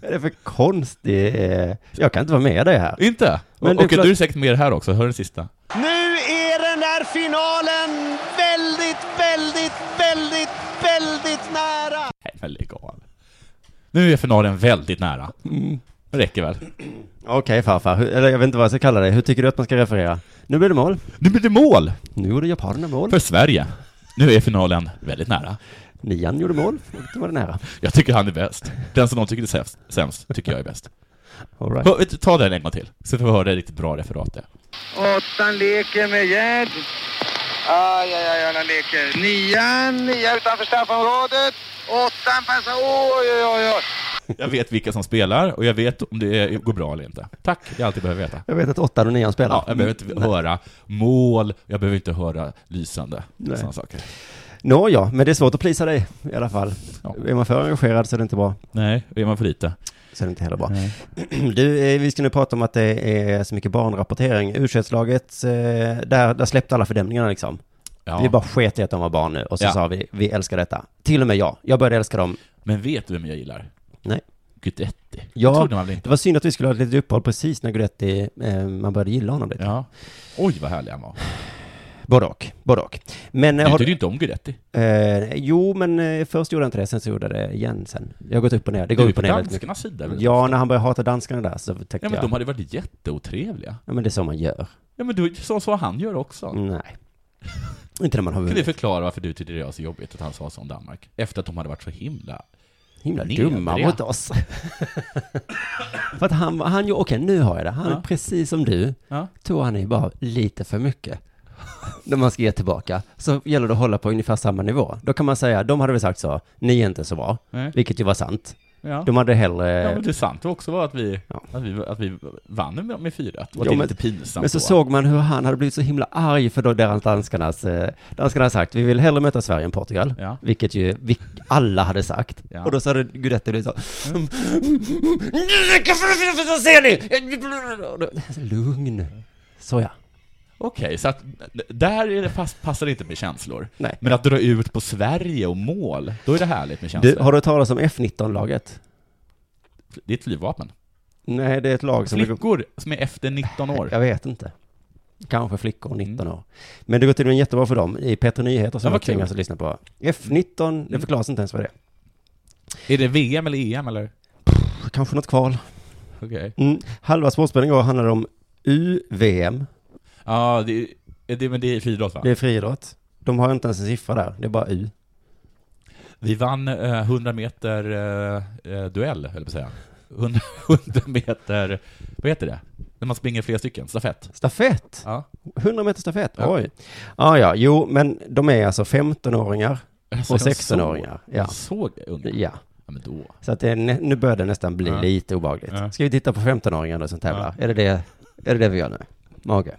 D: är det för konstig... eh, Jag kan inte vara med dig här.
B: Inte?
D: Men
B: Men
D: det
B: och,
D: är
B: och
D: klart-
B: du är säkert med här också, hör den sista.
M: Nu är den där finalen väldigt, väldigt, väldigt, väldigt nära!
B: Nej men lägg av. Nu är finalen väldigt nära. Det räcker väl?
D: Okej farfar, Hur- eller jag vet inte vad jag ska kalla dig. Hur tycker du att man ska referera? Nu blir det mål.
B: Nu blir det mål!
D: Nu gjorde japanerna mål.
B: För Sverige. Nu är finalen väldigt nära.
D: Nian gjorde mål. Det var det nära.
B: Jag tycker han är bäst. Den som någon tycker är sämst, sämst tycker jag är bäst.
D: All right.
B: Hör- vet du, Ta den en gång till, så får vi höra ett riktigt bra referat där.
H: Åttan leker med Gerd. Aj, aj, aj, aj, han leker. Nian, nia utanför straffområdet. Åttan passar. Oj, oj, oj, oj.
B: Jag vet vilka som spelar och jag vet om det är- går bra eller inte. Tack, jag alltid behöver veta.
D: Jag vet att åttan och nian spelar.
B: Ja, jag behöver inte höra mål, jag behöver inte höra lysande,
D: Nej.
B: sådana saker.
D: Nå ja, men det är svårt att plisa dig i alla fall. Är man för engagerad så är det inte bra.
B: Nej, är man för lite.
D: Så är det inte heller bra. Du, eh, vi ska nu prata om att det är så mycket barnrapportering. u där, där släppte alla fördömningarna liksom.
B: Ja.
D: Vi bara sket i att de var barn nu och så
B: Ja.
D: sa vi, vi älskar detta. Till och med jag. Jag började älska dem.
B: Men vet du vem jag gillar?
D: Nej.
B: Guidetti. Det
D: Ja,
B: trodde man väl inte?
D: det var synd att vi skulle ha ett litet uppehåll precis när Guidetti, eh, man började gilla honom lite.
B: Ja. Oj, vad härlig han var.
D: Både och, både och. Men, eh,
B: Du
D: har
B: tyckte ju inte om Guidetti.
D: Eh, jo, men eh, först gjorde jag inte det, sen så gjorde jag det igen sen. Jag har gått upp och ner. Det
B: Du
D: går
B: är
D: upp
B: på
D: och ner
B: danskarnas
D: väldigt mycket.
B: sida, väl?
D: Ja, när han började hata danskarna där så tänkte
B: Ja, men
D: jag...
B: de hade varit jätteotrevliga.
D: Ja, men det är så man gör.
B: Ja, men du, så sa han gör också.
D: Nej. Inte när man har
B: Kan du
D: vunnit.
B: förklara varför du tyckte det var så jobbigt att han sa så om Danmark? Efter att de hade varit så himla...
D: Himla
B: nedriga.
D: dumma mot oss. För att han, han ju, okej nu har jag det. Han,
B: Ja.
D: precis som du,
B: Ja.
D: tog han i bara lite för mycket. när man ska ge tillbaka, så gäller det att hålla på ungefär samma nivå. Då kan man säga, de hade väl sagt så, ni är inte så bra,
B: Nej.
D: vilket ju var sant.
B: Ja.
D: De hade hellre...
B: Ja, men det sant också var att vi, att vi, att vi vann med, med 4 och
D: Ja,
B: det är
D: men-
B: lite pinsamt
D: Men så
B: då.
D: såg man hur han hade blivit så himla arg för då där danskarnas, eh, danskarna hade sagt vi vill hellre möta Sverige än Portugal,
B: Ja.
D: vilket ju vi, alla hade sagt.
B: Ja.
D: Och då sa det Guidetti blivit så,
M: Så ser
D: ni! lugn. Så ja.
B: Okej, så att där är det pass, passar det inte med känslor.
D: Nej.
B: Men att dra ut på Sverige och mål, då är det härligt med känslor.
D: Du, har du hört talas om F19-laget?
B: det är ett flygvapen.
D: Nej, det är ett lag som...
B: Flickor som är efter 19 år.
D: Jag vet inte. Kanske flickor, 19 år. Men det går tydligen jättebra för dem i Petter Nyheter
B: Mm. Ja,
D: som
B: vad
D: jag
B: kul.
D: tvingas att lyssna på. F19, det förklaras inte ens vad det
B: är. Är det VM eller EM eller?
D: är. Kanske något kval.
B: Okej.
D: Mm. Halva sportspelen igår handlade om UVM.
B: Ja, det, är- det, men det är friidrott va?
D: Det är friidrott. De har inte ens en siffra där, det är bara U.
B: Vi vann eh, 100 meter eh, eh, duell, höll jag på att säga. 100, 100 meter, vad heter det? När man springer flera stycken, stafett.
D: Stafett?
B: Ja.
D: 100 meter stafett?
B: Ja.
D: Oj. Ja, ja, jo, men de är alltså 15-åringar
B: Alltså,
D: och
B: de
D: 16-åringar.
B: såg-
D: Ja.
B: de såg unga.
D: Ja.
B: Ja, men då.
D: Så att det är, nä- nu börjar det nästan bli
B: Ja.
D: lite obehagligt.
B: Ja.
D: Ska vi titta på 15-åringar då som tävlar? Är, det det, är det det vi gör nu? Mage.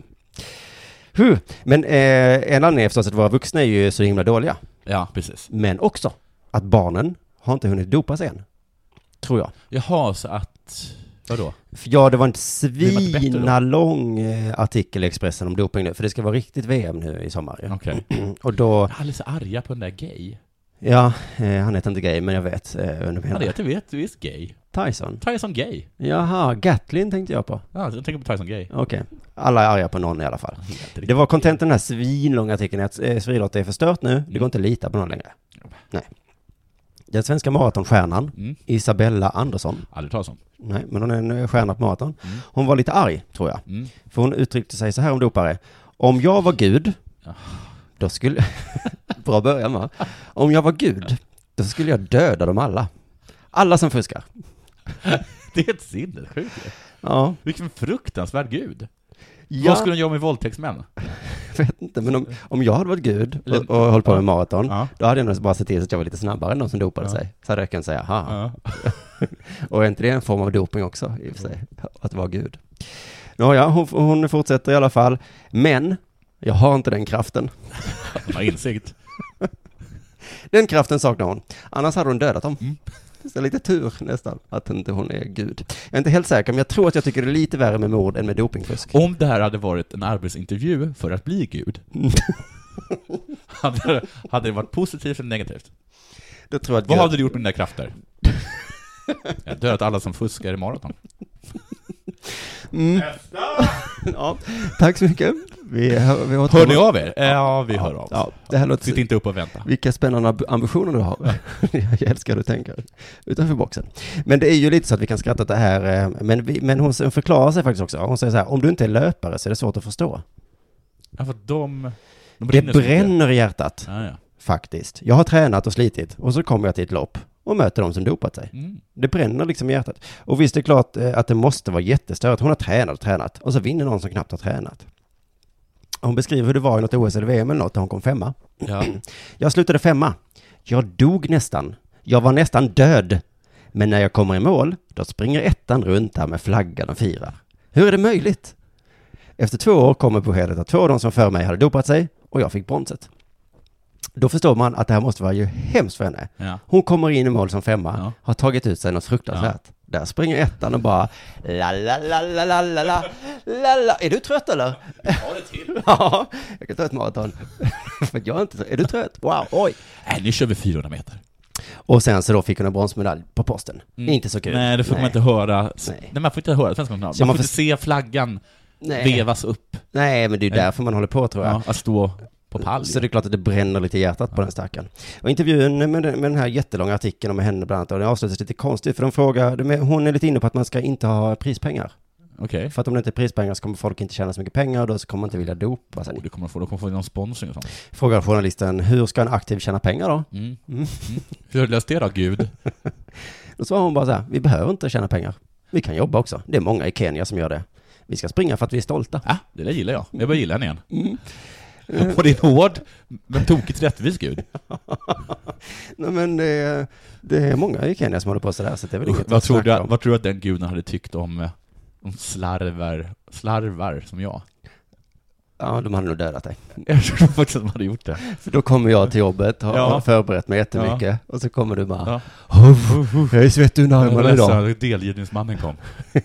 D: Huh. Men eh, en anledning är förstås att våra vuxna är ju så himla dåliga.
B: Ja, precis.
D: Men också att barnen har inte hunnit dopas än. Tror jag.
B: Jaha, så att, vadå?
D: För Ja, det var en
B: Blir man inte bättre då?
D: svinalång eh, artikel i Expressen om doping nu, för det ska vara riktigt VM nu i sommar. ju. Och då,
B: Alla är så arga på den där gay.
D: ja, eh, han heter inte Gay, men jag vet eh, vem du menar.
B: Han heter vet, visst gay.
D: Tyson.
B: Tyson Gay.
D: Jaha, Gatlin tänkte jag på.
B: Ja, jag tänker på Tyson Gay.
D: Okej. Alla är arga på någon i alla fall. Det var kontenten den här svinlånga artikeln att eh, friidrott är förstört nu.
B: Mm.
D: Det går inte att lita på någon längre. Nej. Den svenska maratonstjärnan
B: Mm.
D: Isabella Andersson.
B: Aldrig talas om.
D: Nej, men hon är en eh, stjärna på maraton.
B: Mm.
D: Hon var lite arg, tror jag. För hon uttryckte sig så här om dopare. Om jag var Gud,
B: Ah.
D: då skulle... Bra början va? Om jag var Gud, då skulle jag döda dem alla. Alla som fuskar.
B: Det är ett sinnessjukt ju.
D: Ja.
B: Vilken fruktansvärd gud.
D: Ja.
B: Vad skulle de göra med våldtäktsmän?
D: vet inte, men om, om jag hade varit Gud och,
B: Eller-
D: och hållit på
B: Ja.
D: med maraton, då hade jag nog bara sett till så att jag var lite snabbare än de som dopade
B: Ja.
D: sig. Så hade jag kunnat säga, haha. och är inte det en form av doping också, i och för sig? Att vara Gud. Nåja, hon, hon fortsätter i alla fall, men jag har inte den kraften.
B: De har insikt.
D: Den kraften saknar hon. Annars hade hon dödat dem.
B: Mm.
D: Så lite tur nästan, att inte hon är gud. Jag är inte helt säker, men jag tror att jag tycker det är lite värre med mord än med dopingfusk.
B: Om det här hade varit en arbetsintervju för att bli gud, hade, hade det varit positivt eller negativt?
D: Det tror jag att
B: Vad
D: Gud-
B: hade du gjort med dina krafter? Jag har dödat alla som fuskar i maraton.
D: Mm. ja, tack så mycket. Vi, hör- vi
B: Hör ni av er? Ja, vi hör av oss.
D: Ja, det här låter...
B: Sitt inte upp och vänta.
D: Vilka spännande amb- ambitioner du har. jag älskar hur du tänker. Utanför boxen. Men det är ju lite så att vi kan skratta åt det här. eh, Men, vi, men hon s- förklarar sig faktiskt också. Hon säger så här, om du inte är löpare så är det svårt att förstå.
B: Ja, för de, de
D: det
B: brinner så mycket.
D: bränner i hjärtat.
B: Ja, ja.
D: Faktiskt. Jag har tränat och slitit och så kommer jag till ett lopp och möter de som dopat sig.
B: Mm.
D: Det bränner liksom i hjärtat. Och visst, det är klart eh, att det måste vara jättestörigt. Hon har tränat och tränat och så vinner någon som knappt har tränat. Hon beskriver hur det var i något OS eller VM eller något där hon kom femma.
B: Ja.
D: Jag slutade femma. Jag dog nästan. Jag var nästan död. Men när jag kommer i mål, då springer ettan runt här med flaggan och firar. Hur är det möjligt? Efter två år kommer beskedet att två av de som för mig hade dopat sig och jag fick bronset. Då förstår man att det här måste vara ju hemskt för henne.
B: Ja.
D: Hon kommer in i mål som femma, har tagit ut sig något fruktansvärt. Där springer ettan och bara la la la la la la la la la. Är du trött eller?
B: Har det till?
D: Ja, jag kan ta ett maraton. För jag är inte trött. Är du trött? Wow, oj.
B: Nej, nu kör vi 400 meter.
D: Eh, Och sen så då fick hon en bronsmedalj på posten. Inte så kul.
B: Mm. Nej, det får man inte höra. Nej.
D: Nej.
B: man får inte höra svenska man, man
D: Så
B: får
D: man
B: inte
D: får-
B: se flaggan
D: Nej.
B: vevas upp.
D: Nej, men det är ju
B: Nej.
D: därför man håller på tror jag.
B: Ja, att stå på pall.
D: Så det är klart att det bränner lite i hjärtat på den stackaren. Och intervjun med den, med den här jättelånga artikeln om henne bland annat, och den avslutas lite konstigt, för de frågar, de är- hon är lite inne på att man ska inte ha prispengar.
B: Okej.
D: För att om det inte är prispengar så kommer folk inte tjäna så mycket pengar och då så kommer man inte vilja dopa sig.
B: Oh, du kommer få, du kommer få någon sponsring och sånt.
D: Frågar journalisten, hur ska en aktiv tjäna pengar då?
B: Mm. Mm. Hur har du löst det då, Gud?
D: Då svarar hon bara så här, vi behöver inte tjäna pengar. Vi kan jobba också. Det är många i Kenya som gör det. Vi ska springa för att vi är stolta.
B: Ja, det där gillar jag. Jag börjar gilla henne igen. Och det är en hård, men tokigt rättvis Gud.
D: Nej, men det är, det är många i Kenya som håller på sådär, så det är väl inget
B: Vad
D: att
B: tror, du,
D: snacka om.
B: vad tror du att den guden hade tyckt om, eh, om slarvar, slarvar som jag?
D: Ja, de hade nog dödat dig.
B: Jag tror faktiskt att de hade gjort det.
D: För då kommer jag till jobbet, har
B: Ja.
D: har förberett mig jättemycket,
B: Ja.
D: och så kommer du bara
B: Ja.
D: "Huff, Jag är svettig under
B: Jag var
D: armarna
B: ledsen
D: idag.
B: att Delgivningsmannen kom.
D: ja.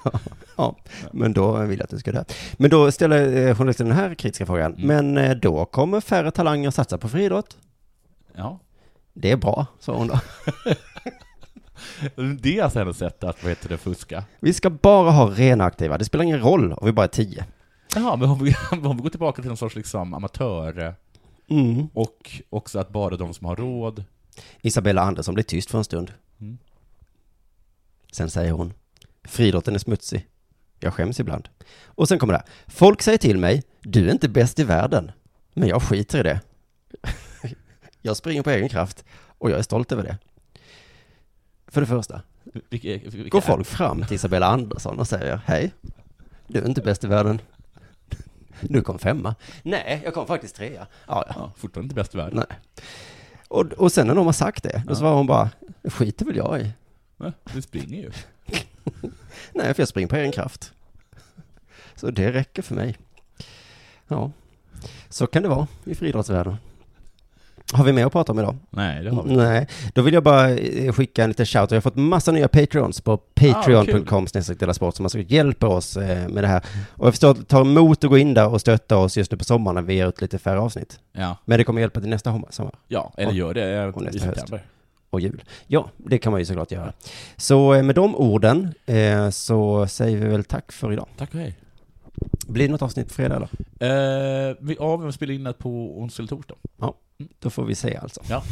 D: ja, men då vill jag att du ska dö. Men då ställer eh, journalisten den här kritiska frågan. Men eh, då kommer färre talanger satsa på friidrott.
B: Ja.
D: Det är bra, sa hon då.
B: Det är alltså hennes sätt att, vad heter det, fuska.
D: Vi ska bara ha rena aktiva. Det spelar ingen roll om vi bara är tio.
B: Jaha, men om vi, om vi går tillbaka till någon sorts liksom amatör...
D: Mm.
B: Och också att bara de som har råd...
D: Isabella Andersson blir tyst för en stund.
B: Mm.
D: Sen säger hon, friidrotten är smutsig. Jag skäms ibland. Och sen kommer det här. Folk säger till mig, du är inte bäst i världen. Men jag skiter i det. jag springer på egen kraft och jag är stolt över det. För det första,
B: Vilka, vilka
D: går folk fram till Isabella Andersson och säger, hej, du är inte bäst i världen. Du kom femma. Nej, jag kom faktiskt trea. Ja, ja.
B: Ja, fortfarande inte bäst i världen.
D: Nej. Och, och sen när de har sagt det, då svarar hon bara, det skiter väl jag i.
B: Nej. Du springer ju.
D: Nej, för jag springer på egen kraft. Så det räcker för mig. Ja, så kan det vara i friidrottsvärlden. Har vi mer att prata om idag?
B: Nej, det har vi inte.
D: Nej, då vill jag bara eh, skicka en liten shout. Jag har fått massa nya patreons på patreon.com ah, sport som alltså hjälper oss eh, med det här. Och jag förstår att ta emot och gå in där och stötta oss just nu på sommaren när vi ger ut lite färre avsnitt.
B: Ja.
D: Men det kommer hjälpa till nästa hom- sommar.
B: Ja, eller
D: Och-
B: gör det eh,
D: och
B: i
D: nästa höst.
B: september.
D: Och jul. Ja, det kan man ju såklart göra. Så eh, med de orden eh, så säger vi väl tack för idag.
B: Tack och hej.
D: Blir det något avsnitt på fredag eller?
B: Eh, vi, ja, vi spelar in det på onsdag eller torsdag.
D: Ja, då får vi se alltså.
B: Ja.